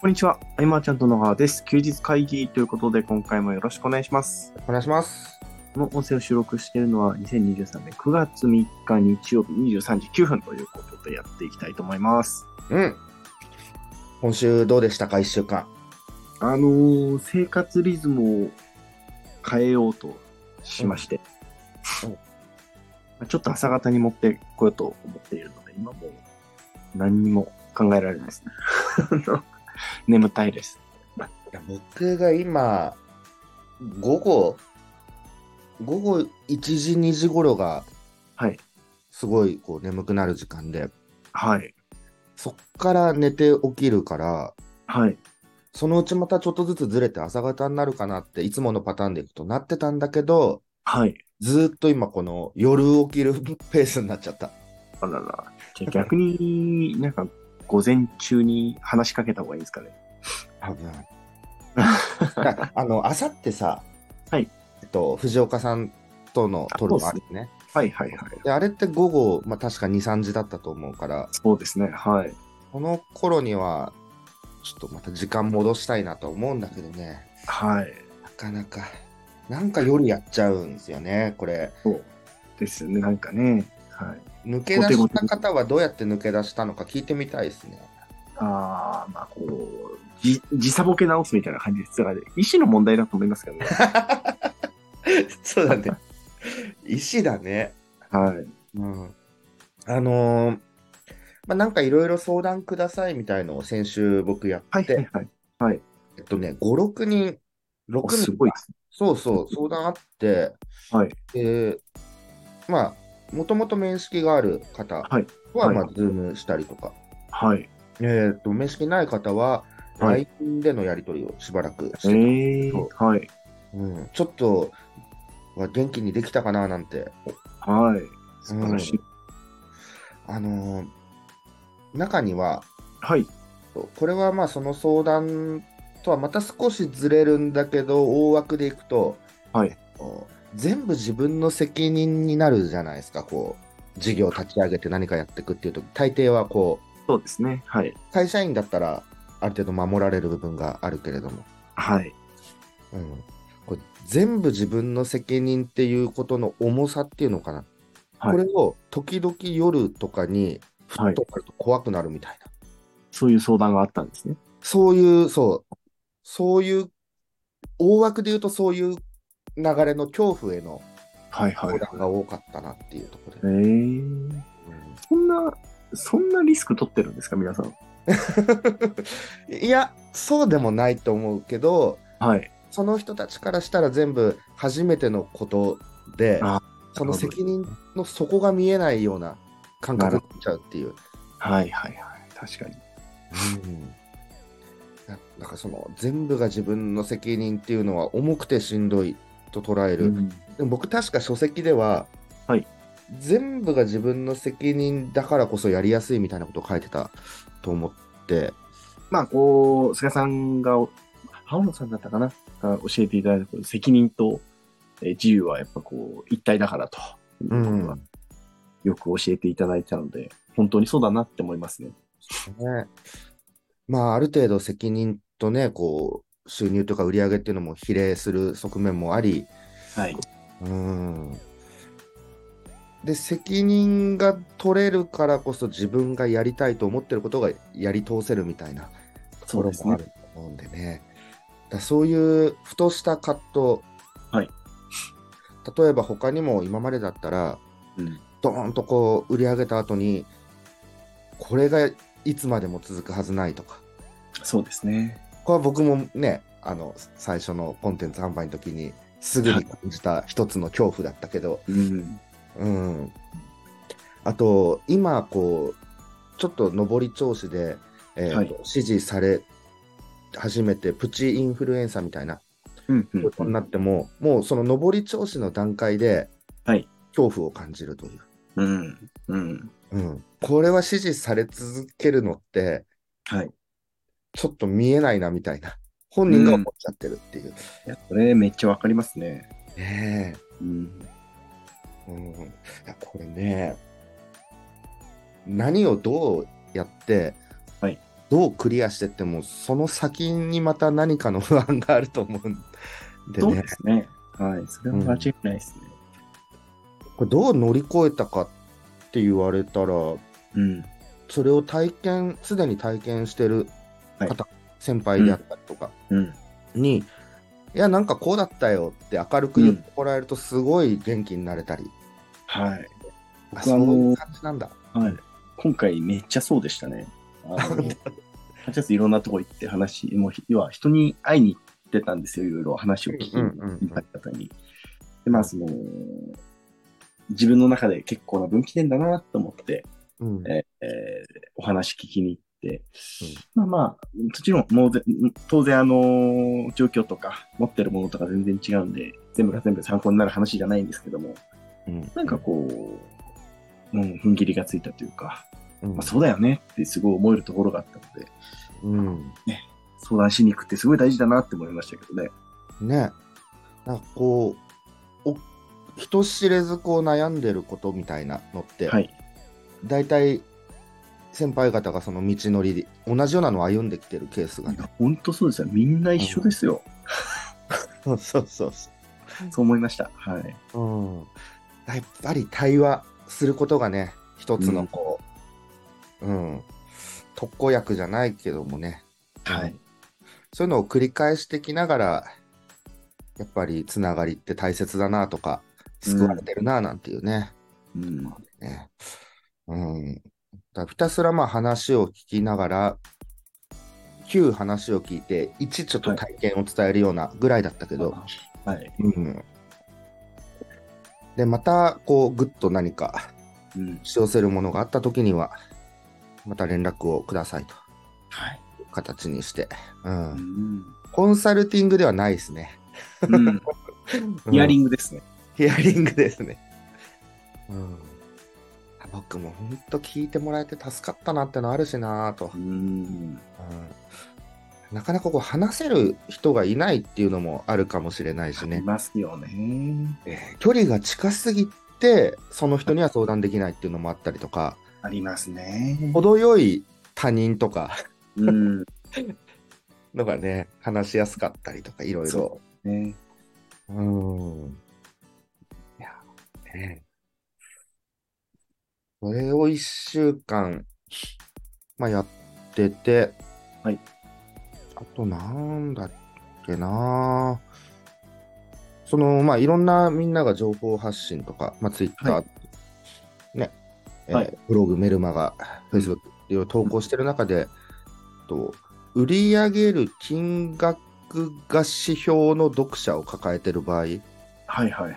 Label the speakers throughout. Speaker 1: こんにちは。あいまーちゃんと野川です。休日会議ということで、今回もよろしくお願いします。
Speaker 2: お願いします。
Speaker 1: この音声を収録しているのは、2023年9月3日日曜日23時9分ということでやっていきたいと思います。
Speaker 2: うん。今週どうでしたか、一週間。
Speaker 1: あのー、生活リズムを変えようとしまして
Speaker 2: うんうん、
Speaker 1: まあちょっと朝方に持ってこようと思っているので、今もう何にも考えられないですね。 あの眠たいです。
Speaker 2: いや僕が今、午後、午後1時、2時頃が、
Speaker 1: はい。
Speaker 2: すごいこう眠くなる時間で、
Speaker 1: はい。
Speaker 2: そっから寝て起きるから、
Speaker 1: はい。
Speaker 2: そのうちまたちょっとずつずれて朝方になるかなって、いつものパターンでいくとなってたんだけど、
Speaker 1: はい。
Speaker 2: ずーっと今この夜起きるペースになっちゃった。
Speaker 1: あらら。じゃあ逆に、なんか、午前中に話しかけた方がいいんですかね。
Speaker 2: 多分あの、あさってさ、
Speaker 1: はい
Speaker 2: えっと、藤岡さんとのトルもあるよね。
Speaker 1: はいはいはい。
Speaker 2: で、あれって午後、まあ、確か2、3時だったと思うから、
Speaker 1: そうですね。はい。
Speaker 2: この頃には、ちょっとまた時間戻したいなと思うんだけどね、
Speaker 1: はい。
Speaker 2: なかなか、なんか夜やっちゃうんですよね、これ。
Speaker 1: そうですよね。なんかね。はい。
Speaker 2: 抜け出した方はどうやって抜け出したのか聞いてみたいです ね。
Speaker 1: ああ、まあこう、じ、時差ボケ直すみたいな感じです。だから、医師の問題だと思いますけ どね。
Speaker 2: そうだね。石だね。
Speaker 1: はい。
Speaker 2: うんあのーまあ、なんかいろいろ相談くださいみたいのを先週僕や
Speaker 1: は
Speaker 2: っ
Speaker 1: い
Speaker 2: て、
Speaker 1: はいはい。
Speaker 2: えっとね、5、6人、6
Speaker 1: お
Speaker 2: 人
Speaker 1: すごいです
Speaker 2: そうそう、相談あって、
Speaker 1: はい。
Speaker 2: で、まあ、もともと面識がある方は、
Speaker 1: はい
Speaker 2: まあ
Speaker 1: は、
Speaker 2: ズームしたりとか、
Speaker 1: はい。
Speaker 2: えっと、面識ない方は、
Speaker 1: はい
Speaker 2: LINE でのやり取りをしばらくして、
Speaker 1: ええ
Speaker 2: そう
Speaker 1: はい。
Speaker 2: うん、ちょっと、は元気にできたかななんて、
Speaker 1: はい。素晴らしい。
Speaker 2: あのー中には、
Speaker 1: はい。
Speaker 2: これはまあその相談とはまた少しずれるんだけど大枠でいくと、
Speaker 1: はい
Speaker 2: こう全部自分の責任になるじゃないですかこう事業立ち上げて何かやっていくっていうと大抵はこ
Speaker 1: そうですね。はい。
Speaker 2: う会社員だったらある程度守られる部分があるけれども、
Speaker 1: はい。
Speaker 2: うん、こう全部自分の責任っていうことの重さっていうのかな、
Speaker 1: はい
Speaker 2: これを時々夜とかにふ
Speaker 1: は
Speaker 2: っ
Speaker 1: い
Speaker 2: となると怖くなるみたいな。
Speaker 1: そういう相談があったんですね。
Speaker 2: そういう、そう、そういう、大枠で言うとそういう流れの恐怖への
Speaker 1: はいは
Speaker 2: 相
Speaker 1: い。
Speaker 2: 談が多かったなっていうところ
Speaker 1: ええ
Speaker 2: で。うん
Speaker 1: そんな、そんなリスク取ってるんですか、皆さん。
Speaker 2: いや、そうでもないと思うけど、
Speaker 1: はい。
Speaker 2: その人たちからしたら全部初めてのことで
Speaker 1: あ、
Speaker 2: その責任の底が見えないような感覚になっちゃうっていう。
Speaker 1: はいはいはい。確かに。
Speaker 2: うんななんかその全部が自分の責任っていうのは重くてしんどいと捉える、でも僕確か書籍では、
Speaker 1: はい
Speaker 2: 全部が自分の責任だからこそやりやすいみたいなことを書いてたと思って、
Speaker 1: まあ、こう、菅さんが、青野さんだったかなが教えていただいたこう責任とえー自由はやっぱこう、一体だからと。
Speaker 2: うん
Speaker 1: はよく教えていただいたので、本当にそうだなって思いますね。
Speaker 2: ね、まあある程度責任とねこう収入とか売り上げっていうのも比例する側面もあり
Speaker 1: はい。
Speaker 2: うんで責任が取れるからこそ自分がやりたいと思ってることがやり通せるみたいなと
Speaker 1: そ
Speaker 2: こ
Speaker 1: う
Speaker 2: ろ
Speaker 1: です
Speaker 2: もあ
Speaker 1: ね
Speaker 2: る。と思うんでね。だそういうふとした葛藤、
Speaker 1: はい
Speaker 2: 例えば他にも今までだったら、
Speaker 1: うん
Speaker 2: ドーンとこう売り上げた後に、これがいつまでも続くはずないとか、
Speaker 1: そうですね。
Speaker 2: これは僕もね、あの最初のコンテンツ販売の時にすぐに感じた一つの恐怖だったけど、
Speaker 1: うん。
Speaker 2: うん、あと今こうちょっと上り調子で、えーと
Speaker 1: はい
Speaker 2: 支持され始めてプチインフルエンサーみたいな
Speaker 1: うん、うん
Speaker 2: ことになっても、もうその上り調子の段階で、
Speaker 1: はい
Speaker 2: 恐怖を感じるという、
Speaker 1: うん。うん。
Speaker 2: うん、これは支持され続けるのって
Speaker 1: はい。
Speaker 2: ちょっと見えないなみたいな本人が思っちゃってるっていう、
Speaker 1: いや、これめっちゃわかりますね。
Speaker 2: ねえ
Speaker 1: うん。
Speaker 2: うん、いやこれね、何をどうやって
Speaker 1: はい
Speaker 2: どうクリアしてっても、その先にまた何かの不安があると思うんで
Speaker 1: そう
Speaker 2: ね
Speaker 1: で、すね。はい。それは間違いないですね。
Speaker 2: これどう乗り越えたかって言われたら、
Speaker 1: うん。
Speaker 2: それを体験、すでに体験してる
Speaker 1: はい
Speaker 2: 方、先輩であったりとか
Speaker 1: うん。
Speaker 2: に、いや、なんかこうだったよって明るく言ってもらえると、すごい元気になれたり、
Speaker 1: はい。
Speaker 2: あ
Speaker 1: 僕
Speaker 2: そ
Speaker 1: は
Speaker 2: うい
Speaker 1: も
Speaker 2: う感じなんだ。
Speaker 1: う、はい。今回めっちゃそうでしたね。 あの、ちょっといろんなとこ行って話、もう、要は人に会いに行ってたんですよ。いろいろ話を聞き
Speaker 2: うん
Speaker 1: に
Speaker 2: うんうん
Speaker 1: 行った方に。で、まあ、その、自分の中で結構な分岐点だなと思って、
Speaker 2: うん
Speaker 1: えーお話聞きに行って、まあまあ、もちろん、もうぜ当然、あのー状況とか、持ってるものとか全然違うんで、全部が全部参考になる話じゃないんですけども、
Speaker 2: うん
Speaker 1: なんかこう、うん、踏ん切りがついたというか、
Speaker 2: うん
Speaker 1: まあ、そうだよねってすごい思えるところがあったので、
Speaker 2: うん
Speaker 1: 相談しに行くってすごい大事だなって思いましたけどね。
Speaker 2: ねなんかこうお人知れずこう悩んでることみたいなのって、
Speaker 1: はい。
Speaker 2: 大体先輩方がその道のりで同じようなのを歩んできてるケースが
Speaker 1: いや本当そうですよ。みんな一緒ですよ。
Speaker 2: そうそうそう
Speaker 1: そう思いました。はい。
Speaker 2: う、ん、やっぱり対話することがね一つのこう、うん特効薬じゃないけどもね
Speaker 1: はい。
Speaker 2: そういうのを繰り返してきながらやっぱりつながりって大切だなとか救われてるななんていうね、
Speaker 1: うん。
Speaker 2: ね。うん。だからひたすらまあ話を聞きながら、9話を聞いて、1ちょっと体験を伝えるようなぐらいだったけど、
Speaker 1: はい。
Speaker 2: うん。で、また、こう、ぐっと何か、
Speaker 1: うん。
Speaker 2: し寄せるものがあった時には、また連絡をくださいと
Speaker 1: はい。
Speaker 2: いう形にして、う。
Speaker 1: うんん。
Speaker 2: コンサルティングではないですね。
Speaker 1: うん。ヒアリ
Speaker 2: ング。
Speaker 1: ングですね。
Speaker 2: ヒアリングですね。うん。僕も本当聞いてもらえて助かったなってのあるしなぁと。
Speaker 1: うん。
Speaker 2: うんなかなかこう話せる人がいないっていうのもあるかもしれないし
Speaker 1: い
Speaker 2: ね、
Speaker 1: ますよね。
Speaker 2: えー距離が近すぎてその人には相談できないっていうのもあったりとか
Speaker 1: ありますね。
Speaker 2: 程よい他人とか
Speaker 1: うん。
Speaker 2: のがね話しやすかったりとかいろいろ
Speaker 1: そね。
Speaker 2: うんいやねそれを1週間、まあ、やってて
Speaker 1: はい
Speaker 2: あとなんだっけなそのまあいろんなみんなが情報発信とか、まあ、Twitter、
Speaker 1: は
Speaker 2: ね、えー
Speaker 1: はい
Speaker 2: ブログ、メルマガ、Facebook いろいろ投稿してる中で、と売り上げる金額が指標の読者を抱えてる場合
Speaker 1: はいはいはい。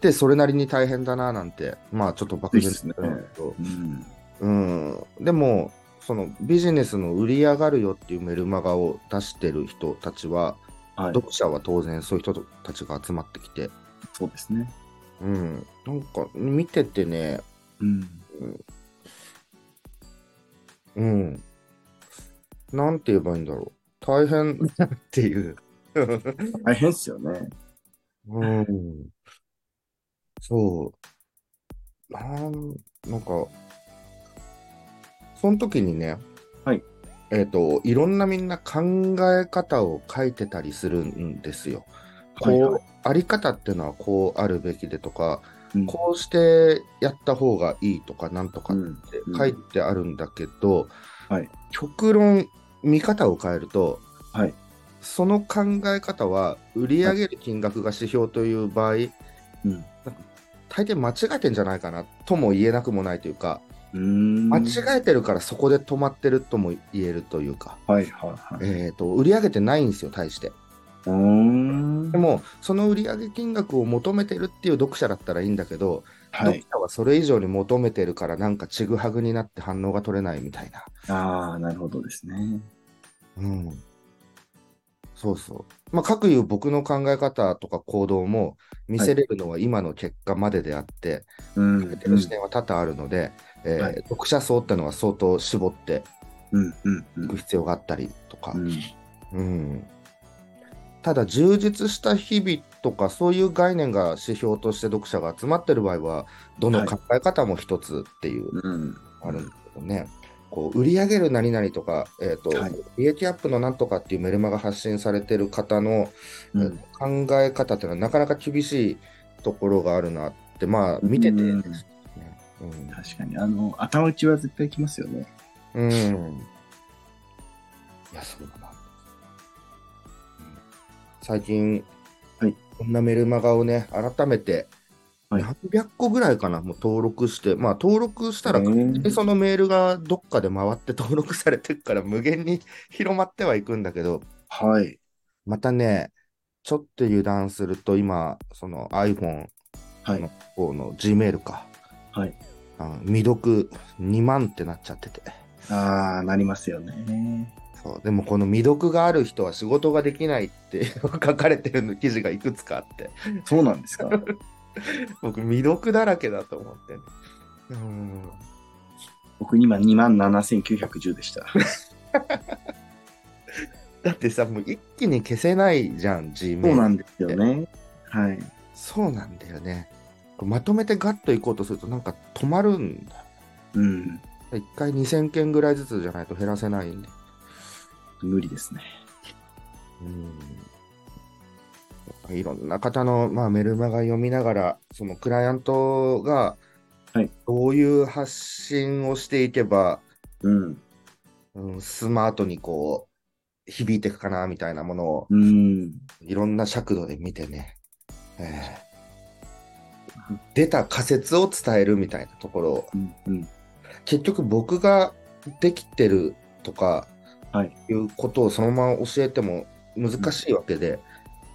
Speaker 2: でそれなりに大変だななんてまあちょっと漠然と言ってるんだけど、
Speaker 1: うん。
Speaker 2: うん、でもそのビジネスの売り上がるよっていうメルマガを出してる人たちは、
Speaker 1: はい。
Speaker 2: 読者は当然そういう人たちが集まってきて、
Speaker 1: そうですね。
Speaker 2: うん、なんか見ててね、
Speaker 1: うん。
Speaker 2: うん、なんて言えばいいんだろう大変っていう、
Speaker 1: 大変ですよね。
Speaker 2: うん、そうなんなんかその時にね、
Speaker 1: はい
Speaker 2: えっといろんなみんな考え方を書いてたりするんですよ。こう、
Speaker 1: はいは
Speaker 2: あり方ってのはこうあるべきでとか、
Speaker 1: うん
Speaker 2: こうしてやった方がいいとかなんとかっ
Speaker 1: うん
Speaker 2: て書いてあるんだけど、
Speaker 1: はい
Speaker 2: 極論見方を変えると、
Speaker 1: はい
Speaker 2: その考え方は売り上げる金額が指標という場合、
Speaker 1: うん。
Speaker 2: 大抵間違えてんじゃないかなとも言えなくもないというか、
Speaker 1: うん。
Speaker 2: 間
Speaker 1: い。
Speaker 2: 違えてるからそこで止まってるとも言えるというか、
Speaker 1: はいはいはい。
Speaker 2: えー、と売り上げてないんですよ大して
Speaker 1: うーん
Speaker 2: で。もその売り上げ金額を求めてるっていう読者だったらいいんだけど、
Speaker 1: はい
Speaker 2: 読。者はそれ以上に求めてるからなんかちぐはぐになって反応が取れないみたいな、
Speaker 1: ああ、なるほどですね。
Speaker 2: うん、そうそうまあ各いう僕の考え方とか行動も見せれるのは今の結果までであって、
Speaker 1: うん。
Speaker 2: かけてる視点は多々あるので、えー
Speaker 1: はい
Speaker 2: 読者層ってのは相当絞って
Speaker 1: うん。うん。う
Speaker 2: い
Speaker 1: ん
Speaker 2: く。必要があったりとか、
Speaker 1: うん
Speaker 2: うんただ充実した日々とかそういう概念が指標として読者が集まってる場合はどの考え方も一つっていう
Speaker 1: うん。
Speaker 2: あるんだけどね、こう売り上げる何々とか、えーと
Speaker 1: はい
Speaker 2: 利益アップのなんとかっていうメルマが発信されてる方の、
Speaker 1: う
Speaker 2: え
Speaker 1: ん
Speaker 2: ー考え方っていうのはなかなか厳しいところがあるなって、まあ見てて、
Speaker 1: うん
Speaker 2: うん
Speaker 1: 確かに、あの、頭打ちは絶対きますよね。
Speaker 2: うん。いや、そうだな。うん最近、
Speaker 1: はい
Speaker 2: こんなメルマガをね、改めて、
Speaker 1: はい
Speaker 2: 何百個ぐらいかな、もう登録して、まあ登録したら、
Speaker 1: へー
Speaker 2: でそのメールがどっかで回って登録されてるから、無限に広まってはいくんだけど、
Speaker 1: はい。
Speaker 2: またね、ちょっと油断すると、今、その iPhone
Speaker 1: はい。
Speaker 2: 方の Gmail か、
Speaker 1: はい
Speaker 2: あ未読2万ってなっちゃってて。
Speaker 1: ああ、なりますよね。
Speaker 2: そうでもこの未読がある人は仕事ができないって 書かれてる記事がいくつかあって
Speaker 1: そうなんです か。
Speaker 2: 僕未読だらけだと思ってねうん
Speaker 1: 僕今2万7910でした。そ
Speaker 2: だってさもう一気に消せないじゃん G メ
Speaker 1: うなんんですよね。はい。
Speaker 2: そうなんだよねこれまとめてガッといこうとするとなんか止まるんだ
Speaker 1: うん。
Speaker 2: 一回2000件ぐらいずつじゃないと減らせないんで
Speaker 1: 無理ですね。
Speaker 2: うんいろんな方の、まあ、メルマガ読みながら、そのクライアントが
Speaker 1: はい
Speaker 2: どういう発信をしていけば、
Speaker 1: うん。
Speaker 2: うん、スマートにこう響いていくかなみたいなものを
Speaker 1: うん。
Speaker 2: いろんな尺度で見てね、えー出た仮説を伝えるみたいなところを
Speaker 1: うん。うん。
Speaker 2: 結局僕ができてるとか
Speaker 1: はい
Speaker 2: いうことをそのまま教えても難しいわけで、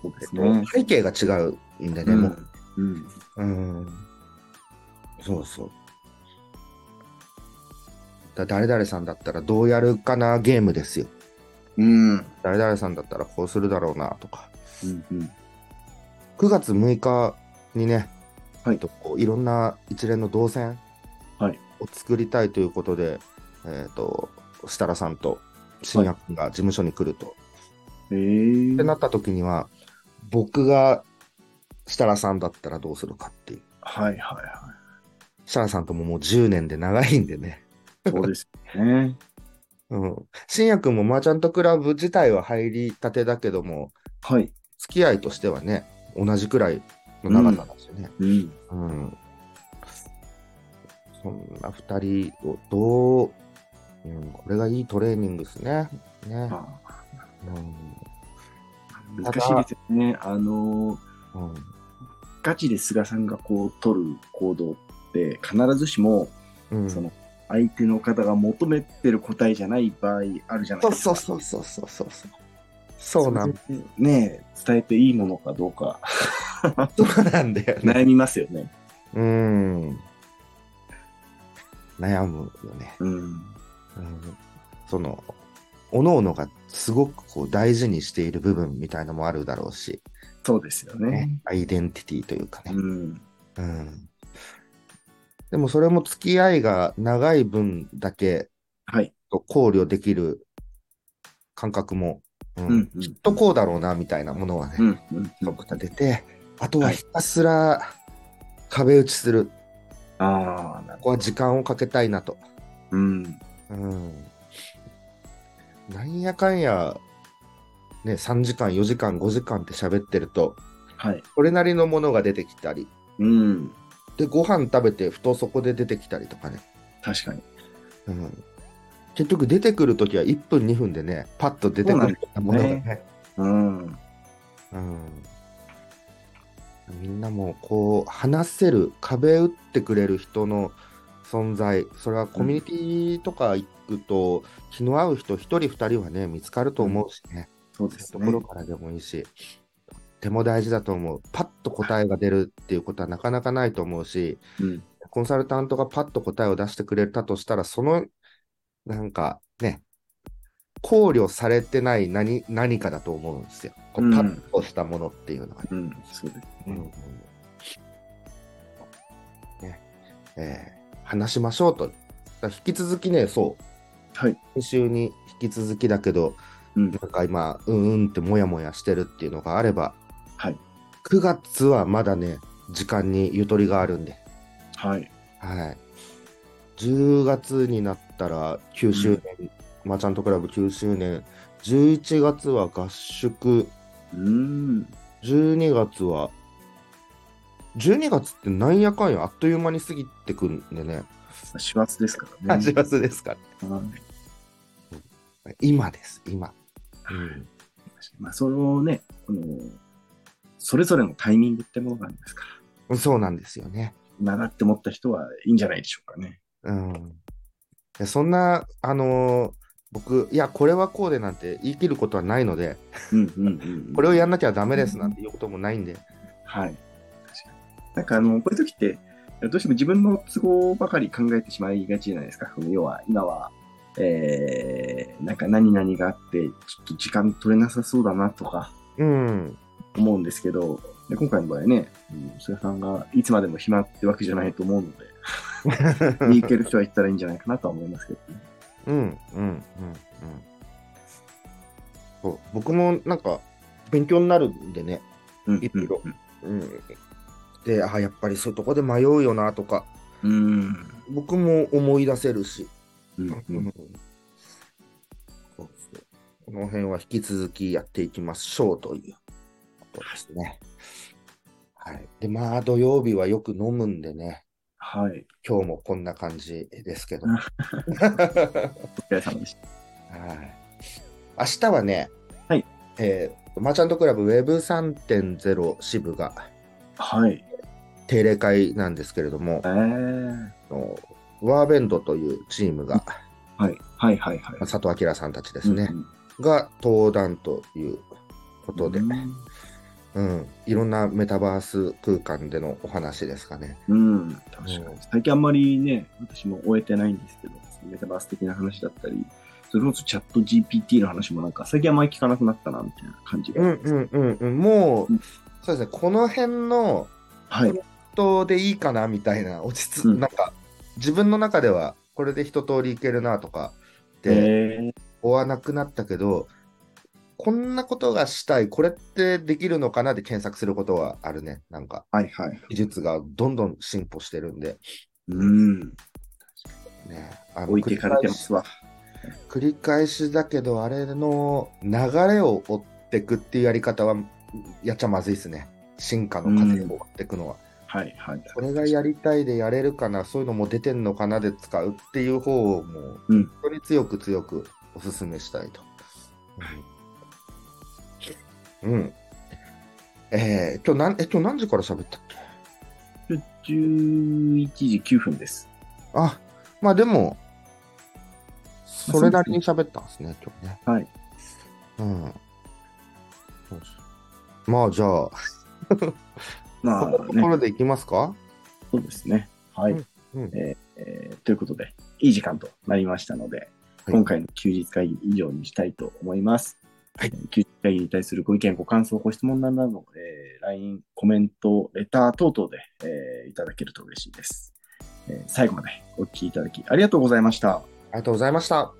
Speaker 1: そうです
Speaker 2: え
Speaker 1: ね
Speaker 2: っ。と背景が違うんでね、もう
Speaker 1: うん。
Speaker 2: うんそうそう。だ誰々さんだったらどうやるかなゲームですよ。
Speaker 1: うん。うん。
Speaker 2: 誰々さんだったらこうするだろうなとか。
Speaker 1: うん。
Speaker 2: 9月6日にね、
Speaker 1: はい
Speaker 2: えっとこういろんな一連の動線
Speaker 1: はい
Speaker 2: を作りたいということで、えっと設楽さんと新薬君が事務所に来ると。
Speaker 1: ええ
Speaker 2: ってな
Speaker 1: ー。
Speaker 2: った時には、僕が設楽さんだったらどうするかっていう。
Speaker 1: はいはいは
Speaker 2: 設楽さんとももう10年で長いんでね。
Speaker 1: い。そうですよね。
Speaker 2: うん。新也くんもマーチャントクラブ自体は入りたてだけども、
Speaker 1: はい。
Speaker 2: 付き合いとしてはね、同じくらいの長さなんですよね。
Speaker 1: うん。
Speaker 2: うん。そんな2人をどう、うん、これがいいトレーニングですね。ね。
Speaker 1: あ
Speaker 2: う
Speaker 1: ー難しいですよね。あのー、
Speaker 2: ん。うん。
Speaker 1: ガチで菅さんがこう取る行動って必ずしも
Speaker 2: うん、
Speaker 1: その相手の方が求めてる答えじゃない場合あるじゃない
Speaker 2: そう
Speaker 1: です
Speaker 2: そ
Speaker 1: か。
Speaker 2: うそうそうそうそう。そうなん
Speaker 1: それでねえ伝えていいものかどうか
Speaker 2: そうなんだよね。
Speaker 1: 悩みますよね。
Speaker 2: うん。悩むよね。
Speaker 1: うん。
Speaker 2: うんその、おのおのがすごくこう大事にしている部分みたいのもあるだろうし、
Speaker 1: そうですよね。
Speaker 2: ねアイデンティティというか
Speaker 1: う
Speaker 2: ね。
Speaker 1: ん。
Speaker 2: うんでもそれも付き合いが長い分だけ
Speaker 1: はい。
Speaker 2: 考慮できる感覚も、うん
Speaker 1: うんうん
Speaker 2: きっとこうだろうなみたいなものはね、
Speaker 1: うん。うん。
Speaker 2: すごく立てて、あとはひたすら壁打ちする。
Speaker 1: ああ、なる
Speaker 2: ここは時間をかけたいなと。
Speaker 1: うん。
Speaker 2: うんなんやかんや、ね、3時間、4時間、5時間って喋ってると、
Speaker 1: はい。
Speaker 2: それなりのものが出てきたり、
Speaker 1: うん。
Speaker 2: で、ご飯食べて、ふとそこで出てきたりとかね。
Speaker 1: 確かに。
Speaker 2: うん、結局、出てくるときは1分、2分でね、パッと出てくるようなものがね。
Speaker 1: うん。
Speaker 2: うん、みんなもう、こう、話せる、壁打ってくれる人の存在、それはコミュニティとか行くと、気の合う人、1人、2人はね、見つかると思うしね。
Speaker 1: そうです
Speaker 2: とこ
Speaker 1: ね
Speaker 2: ろ。からでもいいし、とっても大事だと思う。パッと答えが出るっていうことはなかなかないと思うし、
Speaker 1: うん。
Speaker 2: コンサルタントがパッと答えを出してくれたとしたら、その、なんかね、考慮されてない何何かだと思うんですよ。こ
Speaker 1: う
Speaker 2: うんパッとしたものっていうのがね。
Speaker 1: うん。そうです
Speaker 2: うん
Speaker 1: ね。
Speaker 2: ねえー話しましょうと。だから引き続きね、そう、
Speaker 1: はい。
Speaker 2: 先週に引き続きだけど、
Speaker 1: うん
Speaker 2: なんか今、うんうんってもやもやしてるっていうのがあれば、
Speaker 1: はい。
Speaker 2: 9月はまだね、時間にゆとりがあるんで、
Speaker 1: はい。
Speaker 2: はい。 10月になったら9周年、マーチャントクラブ9周年、11月は合宿、
Speaker 1: うん。
Speaker 2: 12月は、12月ってなんやかんやあっという間に過ぎてくんで ね、
Speaker 1: 師走ですからね。
Speaker 2: 8月ですから。
Speaker 1: はい
Speaker 2: 今です、今。
Speaker 1: まあ、そのね、この、それぞれのタイミングってものがありますから、
Speaker 2: そうなんですよね。
Speaker 1: 今だって思った人はいいんじゃないでしょうかね。
Speaker 2: うん。でそんな、あのー僕、いや、これはこうでなんて言い切ることはないので、
Speaker 1: うんうんうんうん。
Speaker 2: これをやんなきゃダメですなんていうこともないんで、
Speaker 1: はい。確かに。なんかあの、こういう時って、どうしても自分の都合ばかり考えてしまいがちじゃないですか。その要は、今は、えー、なんか何々があって、ちょっと時間取れなさそうだなとか
Speaker 2: うん、
Speaker 1: 思うんですけど、で今回の場合ね、うん菅さんがいつまでも暇ってわけじゃないと思うので、 見に行ける人は行ったらいいんじゃないかなとは思いますけどね。
Speaker 2: うん、うん、うん、うん。そう僕もなんか、勉強になるんでね、
Speaker 1: うん
Speaker 2: いろいろうん。で、あ、やっぱりそういうとこで迷うよなとか、
Speaker 1: うん。
Speaker 2: 僕も思い出せるし、
Speaker 1: うん。う
Speaker 2: うんんそうそうこの辺は引き続きやっていきましょうということですね。はい。で、まあ、土曜日はよく飲むんでね、
Speaker 1: はい。
Speaker 2: 今日もこんな感じです けど。
Speaker 1: うん
Speaker 2: はい。
Speaker 1: お疲れ様でした。
Speaker 2: 明日はね、
Speaker 1: はい。
Speaker 2: えーマーチャントクラブ Web3.0 支部が
Speaker 1: はい。
Speaker 2: 定例会なんですけれども、
Speaker 1: えー。
Speaker 2: あのワーベンドというチームが、
Speaker 1: はい。はいはいはい。
Speaker 2: 佐藤明さんたちですね、
Speaker 1: うんうん。
Speaker 2: が登壇ということで、
Speaker 1: うん
Speaker 2: うん、いろんなメタバース空間でのお話ですかね。
Speaker 1: うん、確か
Speaker 2: うん
Speaker 1: に。最近あんまりね、私も終えてないんですけど、メタバース的な話だったり、それこそチャット GPT の話もなんか、最近あんまり聞かなくなったな、みたいな感じが。
Speaker 2: うんうんうんうん、もう、
Speaker 1: うん
Speaker 2: そうですね、この辺の
Speaker 1: はい。
Speaker 2: 人でいいかなみたいな、落ち着、
Speaker 1: うん
Speaker 2: なんか、自分の中ではこれで一通りいけるなとかって
Speaker 1: えー、
Speaker 2: 追わなくなったけど、こんなことがしたい、これってできるのかなって検索することはあるね、なんか、
Speaker 1: はいはい。
Speaker 2: 技術がどんどん進歩してるんで、
Speaker 1: うん。
Speaker 2: ね、あの
Speaker 1: 置いてかれてますわ。
Speaker 2: 繰り返しだけどあれの流れを追ってくっていうやり方はやっちゃまずいですね進化の過程を追ってくのは、
Speaker 1: はいはい。
Speaker 2: これがやりたいでやれるかなそういうのも出てんのかなで使うっていう方をもう
Speaker 1: うん
Speaker 2: 本当に強く強くおすすめしたいと、うんえー、今日なんえ今日何時から喋ったっけ
Speaker 1: 11時9分です。
Speaker 2: あまあでもそれなりに喋ったんですね今日ね
Speaker 1: はい。
Speaker 2: うんまあじゃあ
Speaker 1: まあ
Speaker 2: ここのとこ
Speaker 1: ね、
Speaker 2: ろでいきますか、
Speaker 1: そうですね。はい。
Speaker 2: うん
Speaker 1: えーえーということで、いい時間となりましたので、
Speaker 2: はい
Speaker 1: 今回の休日会議以上にしたいと思います。
Speaker 2: はい
Speaker 1: えー休日会議に対するご意見、ご感想、ご質問などなど、えー LINE、コメント、レター等々で、えーいただけると嬉しいです、えー最後までお聞きいただきありがとうございました。
Speaker 2: ありがとうございました。